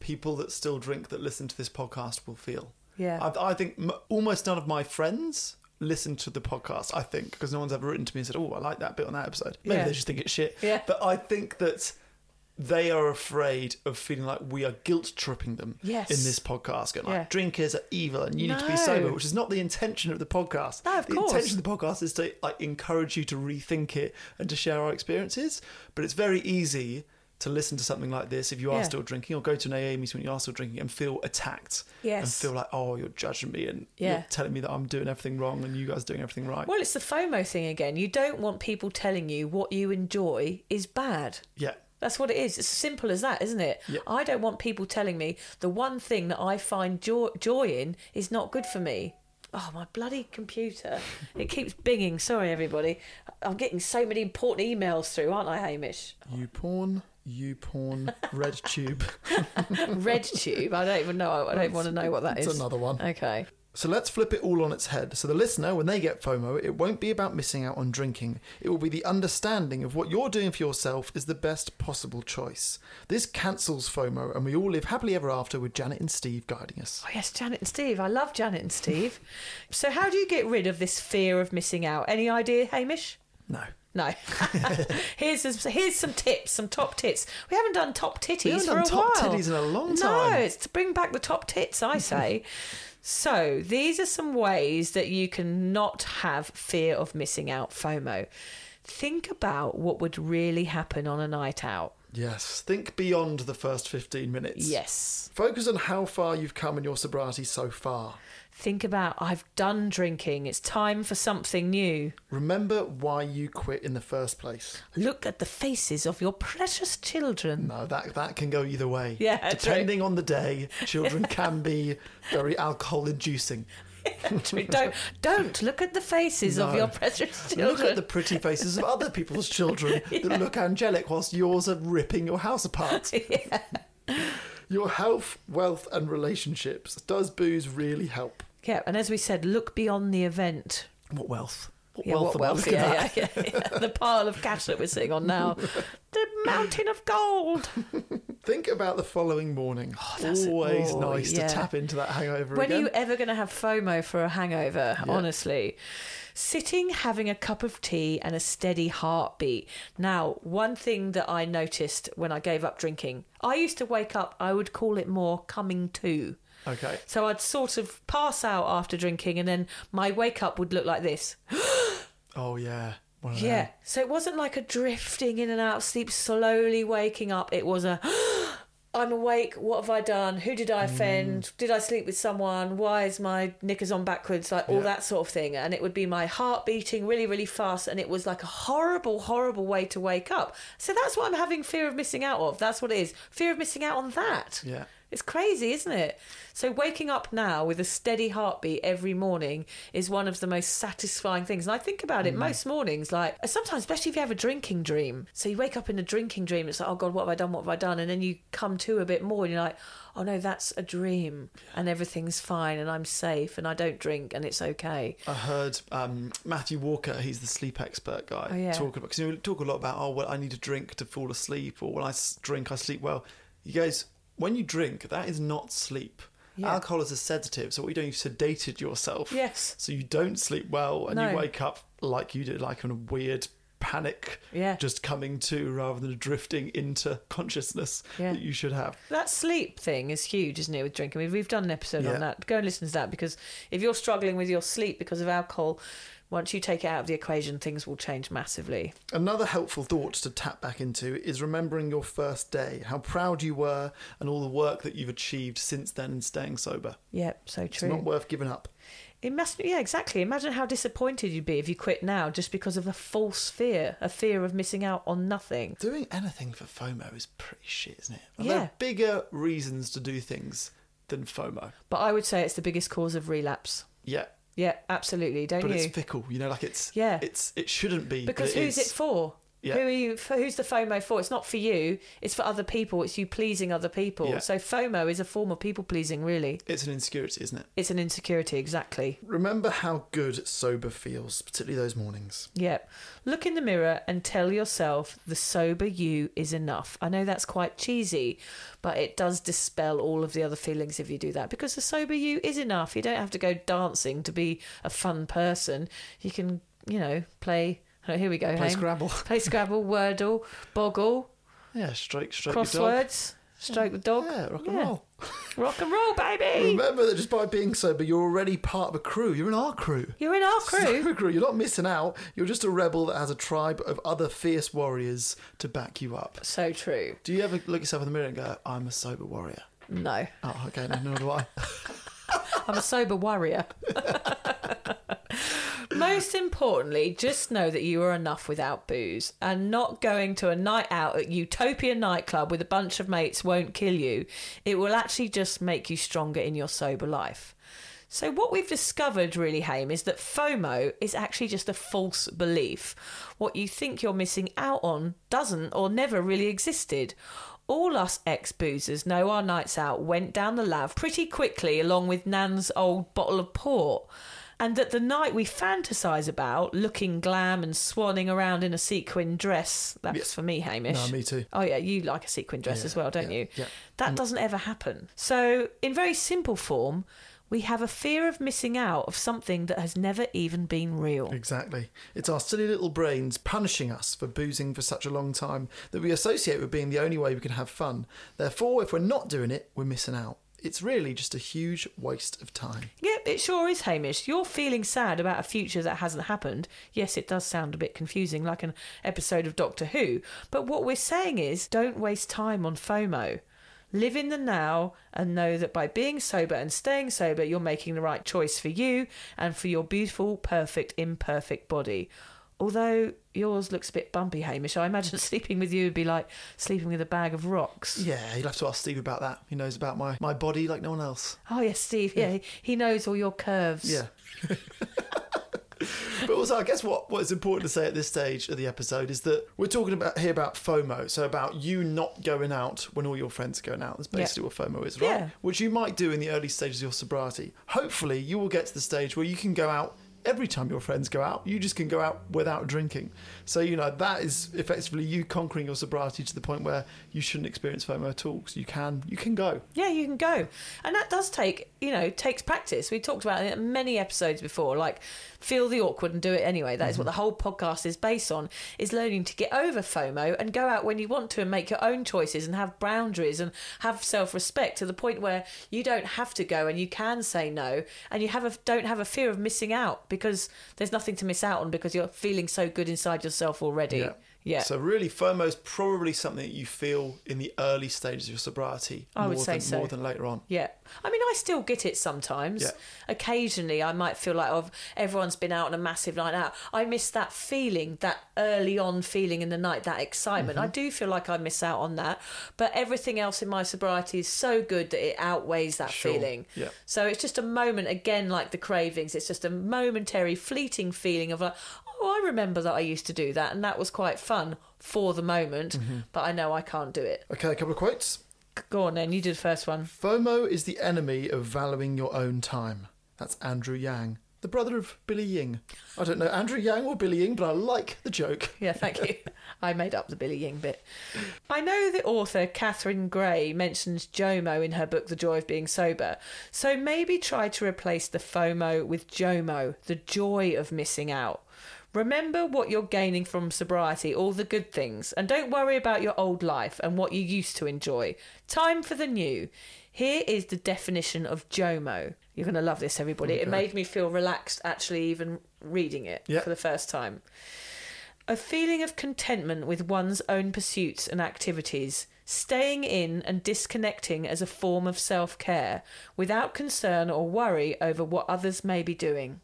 Speaker 5: people that still drink that listen to this podcast will feel.
Speaker 2: Yeah.
Speaker 5: I, I think m- almost none of my friends listen to the podcast, I think, because no one's ever written to me and said, oh, I like that bit on that episode. Maybe
Speaker 2: Yeah.
Speaker 5: they just think it's shit.
Speaker 2: Yeah.
Speaker 5: But I think that they are afraid of feeling like we are guilt tripping them
Speaker 2: Yes.
Speaker 5: in this podcast. Going like
Speaker 2: Yeah.
Speaker 5: drinkers are evil and you need to be
Speaker 2: No.
Speaker 5: sober, which is not the intention of the podcast.
Speaker 2: No, of
Speaker 5: the
Speaker 2: course.
Speaker 5: intention of the podcast is to like encourage you to rethink it and to share our experiences. But it's very easy to listen to something like this if you are
Speaker 2: Yeah.
Speaker 5: still drinking, or go to an AA meeting when you are still drinking and feel attacked. And
Speaker 2: Yes.
Speaker 5: feel like, oh, you're judging me and
Speaker 2: Yeah.
Speaker 5: you're telling me that I'm doing everything wrong and you guys are doing everything right.
Speaker 2: Well, it's the FOMO thing again. You don't want people telling you what you enjoy is bad.
Speaker 5: yeah.
Speaker 2: That's what it is. It's as simple as that, isn't it?
Speaker 5: Yeah.
Speaker 2: I don't want people telling me the one thing that I find joy, joy in is not good for me. Oh, my bloody computer. it keeps binging. Sorry, everybody. I'm getting so many important emails through, aren't I, Hamish?
Speaker 5: You porn, you porn, red tube.
Speaker 2: Red tube. I don't even know. I don't want to know what that is.
Speaker 5: It's another one.
Speaker 2: Okay.
Speaker 5: So let's flip it all on its head. So the listener, when they get FOMO, it won't be about missing out on drinking. It will be the understanding of what you're doing for yourself is the best possible choice. This cancels FOMO, and we all live happily ever after with Janet and Steve guiding us.
Speaker 2: Oh, yes, Janet and Steve. I love Janet and Steve. so, how do you get rid of this fear of missing out? Any idea, Hamish?
Speaker 5: No.
Speaker 2: No. here's some, here's some tips, some top tits. We haven't done top titties
Speaker 5: haven't
Speaker 2: for
Speaker 5: done
Speaker 2: a
Speaker 5: top
Speaker 2: while.
Speaker 5: titties in a long
Speaker 2: No,
Speaker 5: time.
Speaker 2: it's to bring back the top tits, I say. so these are some ways that you can not have fear of missing out, FOMO. Think about what would really happen on a night out.
Speaker 5: Yes. Think beyond the first 15 minutes.
Speaker 2: Yes.
Speaker 5: Focus on how far you've come in your sobriety so far.
Speaker 2: Think about I've done drinking. It's time for something new.
Speaker 5: Remember why you quit in the first place.
Speaker 2: Look at the faces of your precious children.
Speaker 5: No, that that can go either way.
Speaker 2: Yeah, true.
Speaker 5: Depending on the day, children can be very alcohol inducing.
Speaker 2: don't don't look at the faces of
Speaker 5: No.
Speaker 2: your precious children.
Speaker 5: Look at the pretty faces of other people's children that look angelic whilst yours are ripping your house apart. Your health, wealth, and relationships. Does booze really help?
Speaker 2: Yeah, and as we said, look beyond the event.
Speaker 5: What wealth? What
Speaker 2: Yeah,
Speaker 5: wealth
Speaker 2: what
Speaker 5: am I
Speaker 2: wealth?
Speaker 5: looking
Speaker 2: Yeah,
Speaker 5: at?
Speaker 2: yeah, yeah, yeah. The pile of cash that we're sitting on now. The mountain of gold.
Speaker 5: Think about the following morning.
Speaker 2: that's-
Speaker 5: Always
Speaker 2: oh,
Speaker 5: nice
Speaker 2: yeah.
Speaker 5: to tap into that hangover
Speaker 2: When are
Speaker 5: again.
Speaker 2: you ever going to have FOMO for a hangover? Honestly, sitting, having a cup of tea, and a steady heartbeat. Now, one thing that I noticed when I gave up drinking, I used to wake up. I would call it more coming to.
Speaker 5: Okay.
Speaker 2: So I'd sort of pass out after drinking, and then my wake up would look like this.
Speaker 5: Oh yeah. One of
Speaker 2: Yeah.
Speaker 5: them.
Speaker 2: So it wasn't like a drifting in and out of sleep, slowly waking up. It was a, I'm awake. What have I done? Who did I offend? Did I sleep with someone? Why is my knickers on backwards? Like all that sort of thing. And it would be my heart beating really, really fast. And it was like a horrible, horrible way to wake up. So that's what I'm having fear of missing out of. That's what it is. Fear of missing out on that.
Speaker 5: Yeah.
Speaker 2: It's crazy, isn't it? So waking up now with a steady heartbeat every morning is one of the most satisfying things. And I think about it most mornings, like sometimes, especially if you have a drinking dream. So you wake up in a drinking dream, it's like, oh God, what have I done? What have I done? And then you come to a bit more and you're like, oh no, that's a dream and everything's fine and I'm safe and I don't drink and it's okay.
Speaker 5: I heard um, Matthew Walker, he's the sleep expert guy,
Speaker 2: Oh, yeah.
Speaker 5: talk about because you talk a lot about oh well I need a drink to fall asleep or when I s- drink I sleep well. He goes when you drink that is not sleep. Alcohol is a sedative, so what you doing you've sedated yourself.
Speaker 2: Yes.
Speaker 5: So you don't sleep well and
Speaker 2: No.
Speaker 5: you wake up like you did, like in a weird panic,
Speaker 2: Yeah.
Speaker 5: just coming to rather than drifting into consciousness
Speaker 2: Yeah.
Speaker 5: that you should have.
Speaker 2: That sleep thing is huge, isn't it, with drinking? I mean, we've done an episode
Speaker 5: Yeah.
Speaker 2: on that. Go and listen to that because if you're struggling with your sleep because of alcohol, once you take it out of the equation, things will change massively.
Speaker 5: Another helpful thought to tap back into is remembering your first day, how proud you were, and all the work that you've achieved since then in staying sober.
Speaker 2: Yep, so
Speaker 5: It's
Speaker 2: true.
Speaker 5: not worth giving up.
Speaker 2: It must yeah, exactly. Imagine how disappointed you'd be if you quit now just because of a false fear, a fear of missing out on nothing.
Speaker 5: Doing anything for FOMO is pretty shit, isn't it? And There
Speaker 2: Yeah.
Speaker 5: are bigger reasons to do things than FOMO.
Speaker 2: But I would say it's the biggest cause of relapse.
Speaker 5: Yeah,
Speaker 2: Yeah, absolutely. Don't
Speaker 5: but
Speaker 2: you?
Speaker 5: it's fickle. You know, like it's
Speaker 2: Yeah.
Speaker 5: it's it shouldn't be
Speaker 2: because
Speaker 5: but
Speaker 2: who's
Speaker 5: is.
Speaker 2: it for?
Speaker 5: Yeah.
Speaker 2: Who are you? For, who's the FOMO for? It's not for you. It's for other people. It's you pleasing other people.
Speaker 5: Yeah.
Speaker 2: So FOMO is a form of people pleasing, really.
Speaker 5: It's an insecurity, isn't it?
Speaker 2: It's an insecurity, exactly.
Speaker 5: Remember how good sober feels, particularly those mornings.
Speaker 2: Yep. Look in the mirror and tell yourself the sober you is enough. I know that's quite cheesy, but it does dispel all of the other feelings if you do that because the sober you is enough. You don't have to go dancing to be a fun person. You can, you know, play. Oh, here we go.
Speaker 5: Play
Speaker 2: Haim.
Speaker 5: Scrabble.
Speaker 2: Play Scrabble, Wordle, Boggle.
Speaker 5: Yeah, stroke, stroke your dog.
Speaker 2: Crosswords, stroke the dog.
Speaker 5: Yeah, rock and roll.
Speaker 2: Rock and roll, baby.
Speaker 5: Remember that just by being sober, you're already part of a crew. You're in our crew.
Speaker 2: You're in our crew.
Speaker 5: Sober crew. You're not missing out. You're just a rebel that has a tribe of other fierce warriors to back you up.
Speaker 2: So true.
Speaker 5: Do you ever look yourself in the mirror and go, "I'm a sober warrior"?
Speaker 2: No,
Speaker 5: Oh, okay, no, nor do I.
Speaker 2: I'm a sober warrior. Most importantly, just know that you are enough without booze, and not going to a night out at Utopia nightclub with a bunch of mates won't kill you. It will actually just make you stronger in your sober life. So, what we've discovered really, Haim, is that FOMO is actually just a false belief. What you think you're missing out on doesn't or never really existed. All us ex boozers know our nights out went down the lav pretty quickly, along with Nan's old bottle of port. And that the night we fantasize about, looking glam and swanning around in a sequin dress, that's for me, Hamish.
Speaker 5: No, me too.
Speaker 2: Oh, yeah, you like a sequin dress as well, don't you?
Speaker 5: yeah. Mm.
Speaker 2: That doesn't ever happen. So, in very simple form, we have a fear of missing out of something that has never even been real.
Speaker 5: Exactly. It's our silly little brains punishing us for boozing for such a long time that we associate with being the only way we can have fun. Therefore, if we're not doing it, we're missing out. It's really just a huge waste of time.
Speaker 2: Yep, it sure is, Hamish. You're feeling sad about a future that hasn't happened. Yes, it does sound a bit confusing, like an episode of Doctor Who. But what we're saying is don't waste time on FOMO. Live in the now and know that by being sober and staying sober, you're making the right choice for you and for your beautiful, perfect, imperfect body. Although yours looks a bit bumpy, Hamish, I imagine sleeping with you would be like sleeping with a bag of rocks.
Speaker 5: Yeah, you'll have to ask Steve about that. He knows about my, my body like no one else.
Speaker 2: Oh, yes, Steve, yeah, he- he knows all your curves.
Speaker 5: Yeah. but also, I guess what, what is important to say at this stage of the episode is that we're talking about here about FOMO, so about you not going out when all your friends are going out. That's basically what FOMO is, right?
Speaker 2: Yeah.
Speaker 5: Which you might do in the early stages of your sobriety. Hopefully, you will get to the stage where you can go out every time your friends go out. You just can go out without drinking. So you know that is effectively you conquering your sobriety to the point where you shouldn't experience FOMO at all. 'cause you can, you can go.
Speaker 2: Yeah, you can go. And that does take, you know, takes practice. We talked about it in many episodes before, like feel the awkward and do it anyway. That is what the whole podcast is based on, is learning to get over FOMO and go out when you want to and make your own choices and have boundaries and have self-respect to the point where you don't have to go and you can say no and you have a, don't have a fear of missing out because there's nothing to miss out on because you're feeling so good inside yourself already. Yeah.
Speaker 5: So really, FOMO is probably something that you feel in the early stages of your sobriety.
Speaker 2: I would
Speaker 5: more
Speaker 2: say
Speaker 5: than,
Speaker 2: so.
Speaker 5: More than later on.
Speaker 2: Yeah. I mean, I still get it sometimes.
Speaker 5: Yeah.
Speaker 2: Occasionally, I might feel like oh, everyone's been out on a massive night out. I miss that feeling, that early on feeling in the night, that excitement.
Speaker 5: Mm-hmm.
Speaker 2: I do feel like I miss out on that. But everything else in my sobriety is so good that it outweighs that
Speaker 5: Sure.
Speaker 2: feeling.
Speaker 5: Yeah.
Speaker 2: So it's just a moment, again, like the cravings, it's just a momentary, fleeting feeling of like, oh, I remember that I used to do that. And that was quite fun for the moment.
Speaker 5: Mm-hmm.
Speaker 2: But I know I can't do it.
Speaker 5: Okay, a couple of quotes.
Speaker 2: Go on then, you do the first one.
Speaker 5: FOMO is the enemy of valuing your own time. That's Andrew Yang, the brother of Billy Ying. I don't know Andrew Yang or Billy Ying, but I like the joke.
Speaker 2: Yeah, thank you. I made up the Billy Ying bit. I know the author Catherine Gray mentions JOMO in her book The Joy of Being Sober, so maybe try to replace the FOMO with JOMO, the joy of missing out. Remember what you're gaining from sobriety, all the good things, and don't worry about your old life and what you used to enjoy. Time for the new. Here is the definition of JOMO. You're going to love this, everybody. It made me feel relaxed actually, even reading it
Speaker 5: Yeah.
Speaker 2: for the first time. A feeling of contentment with one's own pursuits and activities, staying in and disconnecting as a form of self care, without concern or worry over what others may be doing.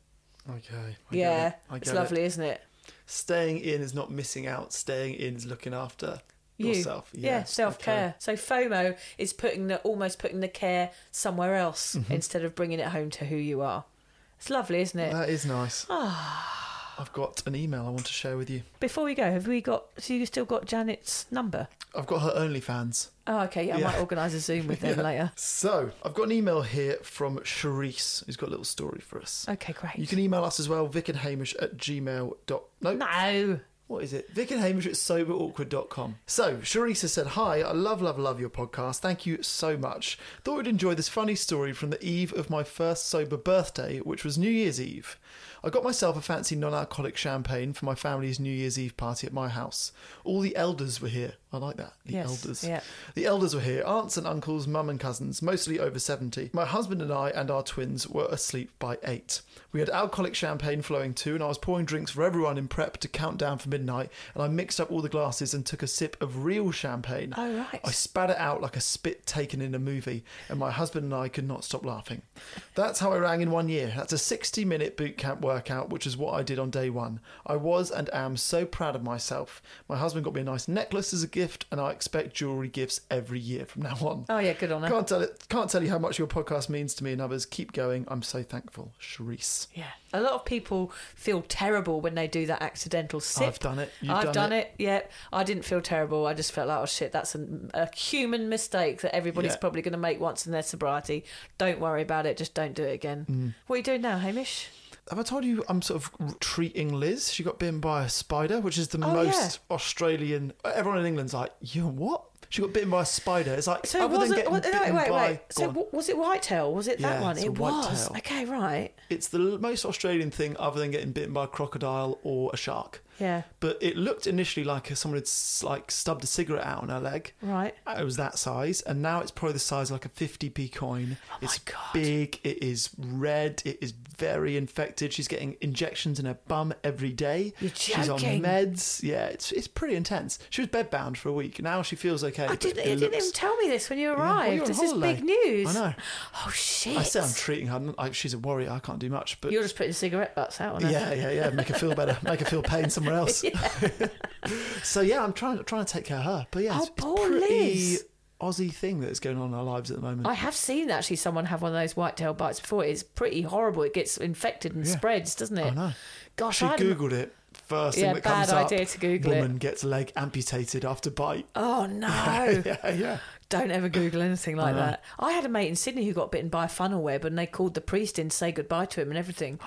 Speaker 5: Okay. I get
Speaker 2: yeah,
Speaker 5: it, I
Speaker 2: it's
Speaker 5: get it.
Speaker 2: lovely, is isn't it?
Speaker 5: Staying in is not missing out. Staying in is looking after
Speaker 2: You.
Speaker 5: yourself.
Speaker 2: Yeah,
Speaker 5: Yes,
Speaker 2: self
Speaker 5: okay.
Speaker 2: care. So FOMO is putting the almost putting the care somewhere else
Speaker 5: Mm-hmm.
Speaker 2: instead of bringing it home to who you are. It's lovely, isn't it?
Speaker 5: That is nice.
Speaker 2: Ah.
Speaker 5: I've got an email I want to share with you.
Speaker 2: Before we go, have we got? So you still got Janet's number?
Speaker 5: I've got her OnlyFans.
Speaker 2: Oh, okay. Yeah, I
Speaker 5: Yeah.
Speaker 2: might organise a Zoom with them later.
Speaker 5: So, I've got an email here from Charisse, who's got a little story for us.
Speaker 2: Okay, great.
Speaker 5: You can email us as well, Vic and Hamish at gmail. Dot, no,
Speaker 2: no.
Speaker 5: What is it? Vic and Hamish at soberawkward.com. So, Charisse has said, Hi, I love, love, love your podcast. Thank you so much. Thought you'd enjoy this funny story from the eve of my first sober birthday, which was New Year's Eve. I got myself a fancy non alcoholic champagne for my family's New Year's Eve party at my house. All the elders were here. I like that. The
Speaker 2: Yes,
Speaker 5: elders.
Speaker 2: yeah.
Speaker 5: The elders were here aunts and uncles, mum and cousins, mostly over 70. My husband and I and our twins were asleep by 8. We had alcoholic champagne flowing too, and I was pouring drinks for everyone in prep to count down for midnight. And I mixed up all the glasses and took a sip of real champagne.
Speaker 2: Oh, right.
Speaker 5: I spat it out like a spit taken in a movie, and my husband and I could not stop laughing. That's how I rang in one year. That's a 60 minute boot camp workout, which is what I did on day one. I was and am so proud of myself. My husband got me a nice necklace as a gift, and I expect jewellery gifts every year from now on.
Speaker 2: Oh, yeah, good on her.
Speaker 5: Can't tell, it, can't tell you how much your podcast means to me and others. Keep going. I'm so thankful. Charisse.
Speaker 2: Yeah, a lot of people feel terrible when they do that accidental sip.
Speaker 5: I've done it. You've
Speaker 2: I've
Speaker 5: done
Speaker 2: done, it. Yeah, I didn't feel terrible. I just felt like, oh shit, that's a, a human mistake that everybody's
Speaker 5: Yeah.
Speaker 2: probably going to make once in their sobriety. Don't worry about it. Just don't do it again.
Speaker 5: Mm.
Speaker 2: What are you doing now, Hamish?
Speaker 5: Have I told you I'm sort of treating Liz? She got bitten by a spider, which is the
Speaker 2: Oh,
Speaker 5: most Australian. uh, Everyone in England's like, you what? She got bitten by a spider. It's like
Speaker 2: So
Speaker 5: other
Speaker 2: was
Speaker 5: than
Speaker 2: it?
Speaker 5: getting
Speaker 2: Was,
Speaker 5: bitten
Speaker 2: wait, wait,
Speaker 5: by.
Speaker 2: wait.
Speaker 5: go
Speaker 2: So
Speaker 5: on.
Speaker 2: w- was it whitetail? Was it that
Speaker 5: Yeah,
Speaker 2: one?
Speaker 5: it's a
Speaker 2: it was.
Speaker 5: whitetail.
Speaker 2: Okay, right.
Speaker 5: it's the l- most Australian thing, other than getting bitten by a crocodile or a shark.
Speaker 2: Yeah.
Speaker 5: But it looked initially like someone had s- like stubbed a cigarette out on her leg.
Speaker 2: Right.
Speaker 5: It was that size, and now it's probably the size of like a 50p coin. Oh
Speaker 2: my
Speaker 5: it's
Speaker 2: God.
Speaker 5: big, it is red, it is very infected. She's getting injections in her bum every day.
Speaker 2: You're
Speaker 5: She's on
Speaker 2: joking.
Speaker 5: meds. Yeah, it's, it's pretty intense. She was bedbound for a week. Now she feels okay.
Speaker 2: I
Speaker 5: but
Speaker 2: didn't.
Speaker 5: it
Speaker 2: You didn't
Speaker 5: looks-
Speaker 2: even tell me this when you
Speaker 5: Yeah, well,
Speaker 2: arrived.
Speaker 5: you're on
Speaker 2: this
Speaker 5: holiday.
Speaker 2: is big news.
Speaker 5: I know.
Speaker 2: Oh shit.
Speaker 5: I say I'm treating her. I'm- I, she's a warrior. I can't do much. But
Speaker 2: You're just putting cigarette butts out on her.
Speaker 5: yeah, yeah, yeah. Make her feel better. Make her feel pain somewhere else. so yeah, I'm trying trying to take care of her. But yeah,
Speaker 2: Oh,
Speaker 5: it's,
Speaker 2: poor
Speaker 5: it's pretty
Speaker 2: Liz.
Speaker 5: Aussie thing that's going on in our lives at the moment.
Speaker 2: I have seen actually someone have one of those whitetail bites before. It's pretty horrible. It gets infected and spreads, doesn't it?
Speaker 5: I know.
Speaker 2: Gosh,
Speaker 5: she
Speaker 2: I had-
Speaker 5: googled it first
Speaker 2: Yeah,
Speaker 5: thing that
Speaker 2: bad
Speaker 5: comes up.
Speaker 2: idea to Google it.
Speaker 5: Woman gets leg amputated after bite.
Speaker 2: Oh no!
Speaker 5: yeah, yeah.
Speaker 2: Don't ever Google anything like that. I had a mate in Sydney who got bitten by a funnel web, and they called the priest in to say goodbye to him and everything.